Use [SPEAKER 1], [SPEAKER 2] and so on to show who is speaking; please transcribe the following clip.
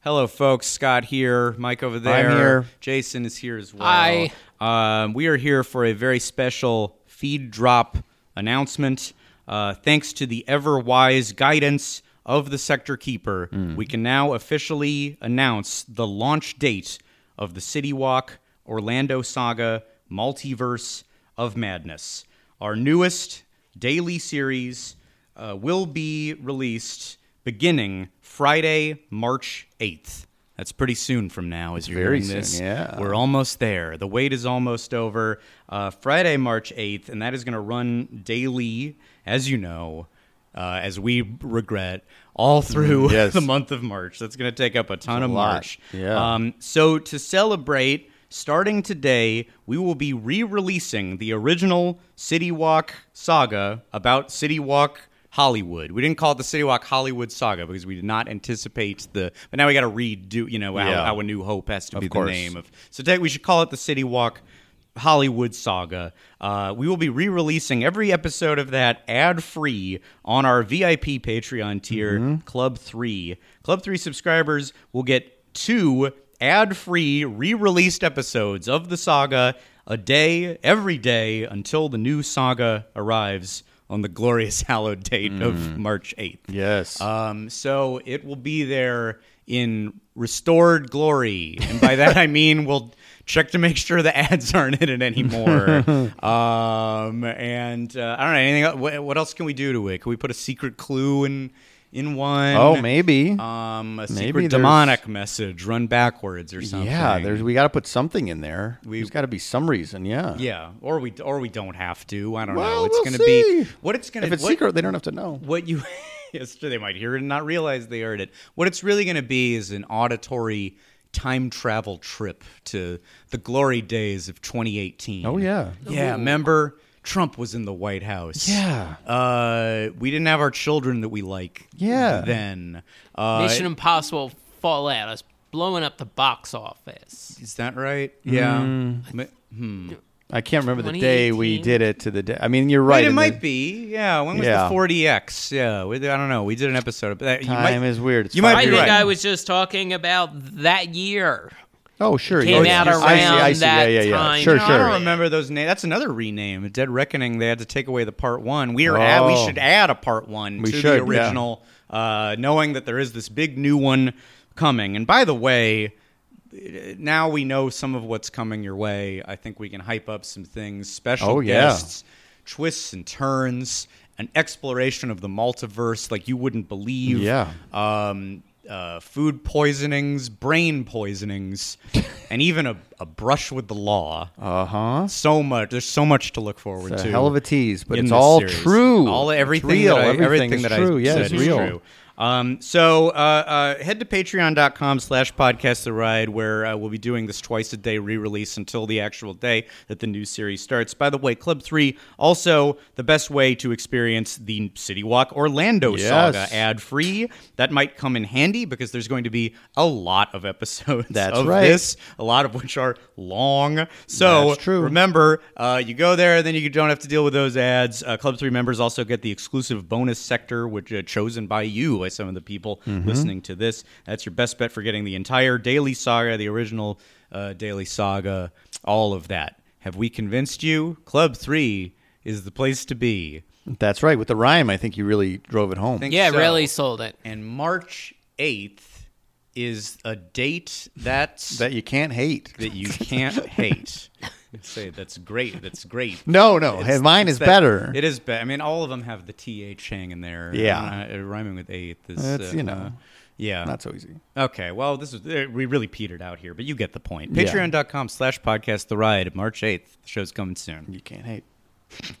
[SPEAKER 1] Hello, folks. Scott here. Mike over there.
[SPEAKER 2] here.
[SPEAKER 1] Jason is here as well.
[SPEAKER 3] Hi.
[SPEAKER 1] Um, we are here for a very special feed drop announcement. Uh, thanks to the ever wise guidance of the sector keeper, we can now officially announce the launch date of the City Walk Orlando Saga Multiverse of Madness. Our newest daily series uh, will be released beginning Friday, March 8th. That's pretty soon from now as you're
[SPEAKER 2] very
[SPEAKER 1] hearing this.
[SPEAKER 2] soon, yeah.
[SPEAKER 1] We're almost there. The wait is almost over. Uh, Friday, March 8th, and that is going to run daily, as you know, uh, as we regret, all through
[SPEAKER 2] Mm, yes.
[SPEAKER 1] the month of March. That's going to take up a ton of
[SPEAKER 2] lot,
[SPEAKER 1] March.
[SPEAKER 2] yeah.
[SPEAKER 1] Um, so to celebrate, starting today, we will be re-releasing the original City Walk saga about City Walk Hollywood. We didn't call it the City Walk Hollywood saga because we did not anticipate the. But now we got to redo. You know how,
[SPEAKER 2] Yeah.
[SPEAKER 1] how a new hope has to be the
[SPEAKER 2] course.
[SPEAKER 1] name of. So today we should call it the City Walk. Hollywood Saga. Uh, we will be re releasing every episode of that ad free on our VIP Patreon tier, Club 3. Club 3 subscribers will get two ad free re released episodes of the saga a day, every day, until the new saga arrives on the glorious hallowed date of March 8th.
[SPEAKER 2] Yes.
[SPEAKER 1] Um, so it will be there in restored glory, and by that I mean we'll check to make sure the ads aren't in it anymore. um, and uh, I don't know anything. el- What, what else can we do to it? Can we put a secret clue in in one?
[SPEAKER 2] oh, maybe.
[SPEAKER 1] Um, a
[SPEAKER 2] Maybe
[SPEAKER 1] secret
[SPEAKER 2] there's-
[SPEAKER 1] demonic message run backwards or something.
[SPEAKER 2] yeah, there's we got to put something in there.
[SPEAKER 1] We-
[SPEAKER 2] there's got to be some reason. Yeah.
[SPEAKER 1] yeah, or we or we don't have to. I don't know.
[SPEAKER 2] Well,
[SPEAKER 1] It's
[SPEAKER 2] we'll
[SPEAKER 1] gonna be
[SPEAKER 2] see.
[SPEAKER 1] what it's gonna
[SPEAKER 2] If it's
[SPEAKER 1] what-
[SPEAKER 2] secret, they don't have to know.
[SPEAKER 1] what you yes, they might hear it and not realize they heard it. What it's really going to be is an auditory time travel trip to the glory days of 2018.
[SPEAKER 2] Oh, yeah.
[SPEAKER 1] yeah. Remember, Trump was in the White House.
[SPEAKER 2] Yeah.
[SPEAKER 1] uh, we didn't have our children that we like.
[SPEAKER 2] Yeah.
[SPEAKER 1] then uh,
[SPEAKER 3] Mission Impossible Fallout is blowing up the box office.
[SPEAKER 1] is that right? Yeah,
[SPEAKER 2] Mm.
[SPEAKER 1] Ma-
[SPEAKER 2] I can't remember the day we
[SPEAKER 3] 2018?
[SPEAKER 2] did it to the day. I mean, you're right.
[SPEAKER 1] Wait, it
[SPEAKER 2] in
[SPEAKER 1] might
[SPEAKER 2] the-
[SPEAKER 1] be. Yeah, when was
[SPEAKER 2] Yeah.
[SPEAKER 1] the 40x? Yeah, we, I don't know. We did an episode, but that, you
[SPEAKER 2] Time
[SPEAKER 1] might,
[SPEAKER 2] is weird. It's
[SPEAKER 1] you might
[SPEAKER 2] fine.
[SPEAKER 3] I
[SPEAKER 1] be
[SPEAKER 3] think
[SPEAKER 1] right.
[SPEAKER 3] I was just talking about that year.
[SPEAKER 2] Oh, sure.
[SPEAKER 3] Came
[SPEAKER 2] yeah.
[SPEAKER 3] out
[SPEAKER 2] I see, I
[SPEAKER 3] around
[SPEAKER 2] see.
[SPEAKER 3] that
[SPEAKER 2] yeah, yeah, yeah.
[SPEAKER 3] time.
[SPEAKER 2] Sure,
[SPEAKER 3] No, I
[SPEAKER 1] I
[SPEAKER 2] sure.
[SPEAKER 1] don't remember those names. That's another rename. Dead Reckoning. They had to take away the part one. We are add, we
[SPEAKER 2] Oh.
[SPEAKER 1] should add a part one
[SPEAKER 2] We
[SPEAKER 1] to
[SPEAKER 2] should,
[SPEAKER 1] the
[SPEAKER 2] yeah.
[SPEAKER 1] original, uh, knowing that there is this big new one coming. And by the way, now we know some of what's coming your way. I think we can hype up some things, special
[SPEAKER 2] Oh, yeah.
[SPEAKER 1] guests, twists and turns, an exploration of the multiverse like you wouldn't believe.
[SPEAKER 2] Yeah.
[SPEAKER 1] Um, uh, food poisonings, brain poisonings, and even a, a brush with the law
[SPEAKER 2] Uh huh.
[SPEAKER 1] so much. There's so much to look forward
[SPEAKER 2] It's
[SPEAKER 1] to.
[SPEAKER 2] a hell of a tease, but
[SPEAKER 1] in
[SPEAKER 2] it's
[SPEAKER 1] this
[SPEAKER 2] all
[SPEAKER 1] series.
[SPEAKER 2] true.
[SPEAKER 1] All
[SPEAKER 2] It's
[SPEAKER 1] everything,
[SPEAKER 2] real.
[SPEAKER 1] That I,
[SPEAKER 2] Everything
[SPEAKER 1] everything
[SPEAKER 2] is
[SPEAKER 1] that
[SPEAKER 2] true.
[SPEAKER 1] I
[SPEAKER 2] Yeah,
[SPEAKER 1] said
[SPEAKER 2] it's
[SPEAKER 1] is
[SPEAKER 2] real.
[SPEAKER 1] true. Um, so uh, uh, head to patreon.com slash podcast the ride where uh, we'll be doing this twice a day re-release until the actual day that the new series starts. By the way, Club 3, also the best way to experience the City Walk Orlando
[SPEAKER 2] Yes.
[SPEAKER 1] saga ad-free. That might come in handy because there's going to be a lot of episodes
[SPEAKER 2] That's
[SPEAKER 1] of
[SPEAKER 2] right.
[SPEAKER 1] this, a lot of which are long. So
[SPEAKER 2] That's true.
[SPEAKER 1] remember, uh, you go there, then you don't have to deal with those ads. Uh, Club 3 members also get the exclusive bonus sector, which uh, chosen by you, by some of the people
[SPEAKER 2] Mm-hmm.
[SPEAKER 1] listening to this. That's your best bet for getting the entire Daily Saga, the original uh, Daily Saga, all of that. Have we convinced you? Club 3 is the place to be.
[SPEAKER 2] That's right. With the rhyme, I think you really drove it home.
[SPEAKER 1] Think
[SPEAKER 3] Yeah,
[SPEAKER 1] so.
[SPEAKER 3] really sold it.
[SPEAKER 1] And March 8th is a date that's...
[SPEAKER 2] that you can't hate.
[SPEAKER 1] that you can't hate. I'd say that's great. That's great.
[SPEAKER 2] No, no. Oh, hey, mine
[SPEAKER 1] It's
[SPEAKER 2] is
[SPEAKER 1] that-
[SPEAKER 2] better.
[SPEAKER 1] It is better. I mean, all of them have the th hanging there.
[SPEAKER 2] Yeah.
[SPEAKER 1] Uh, rhyming with eighth is uh,
[SPEAKER 2] That's, you know,
[SPEAKER 1] yeah.
[SPEAKER 2] Not so easy.
[SPEAKER 1] Okay, well, this is uh, we really petered out here, but you get the point.
[SPEAKER 2] Yeah.
[SPEAKER 1] Patreon.com slash podcast the ride, March 8th. The show's coming soon.
[SPEAKER 2] You can't hate.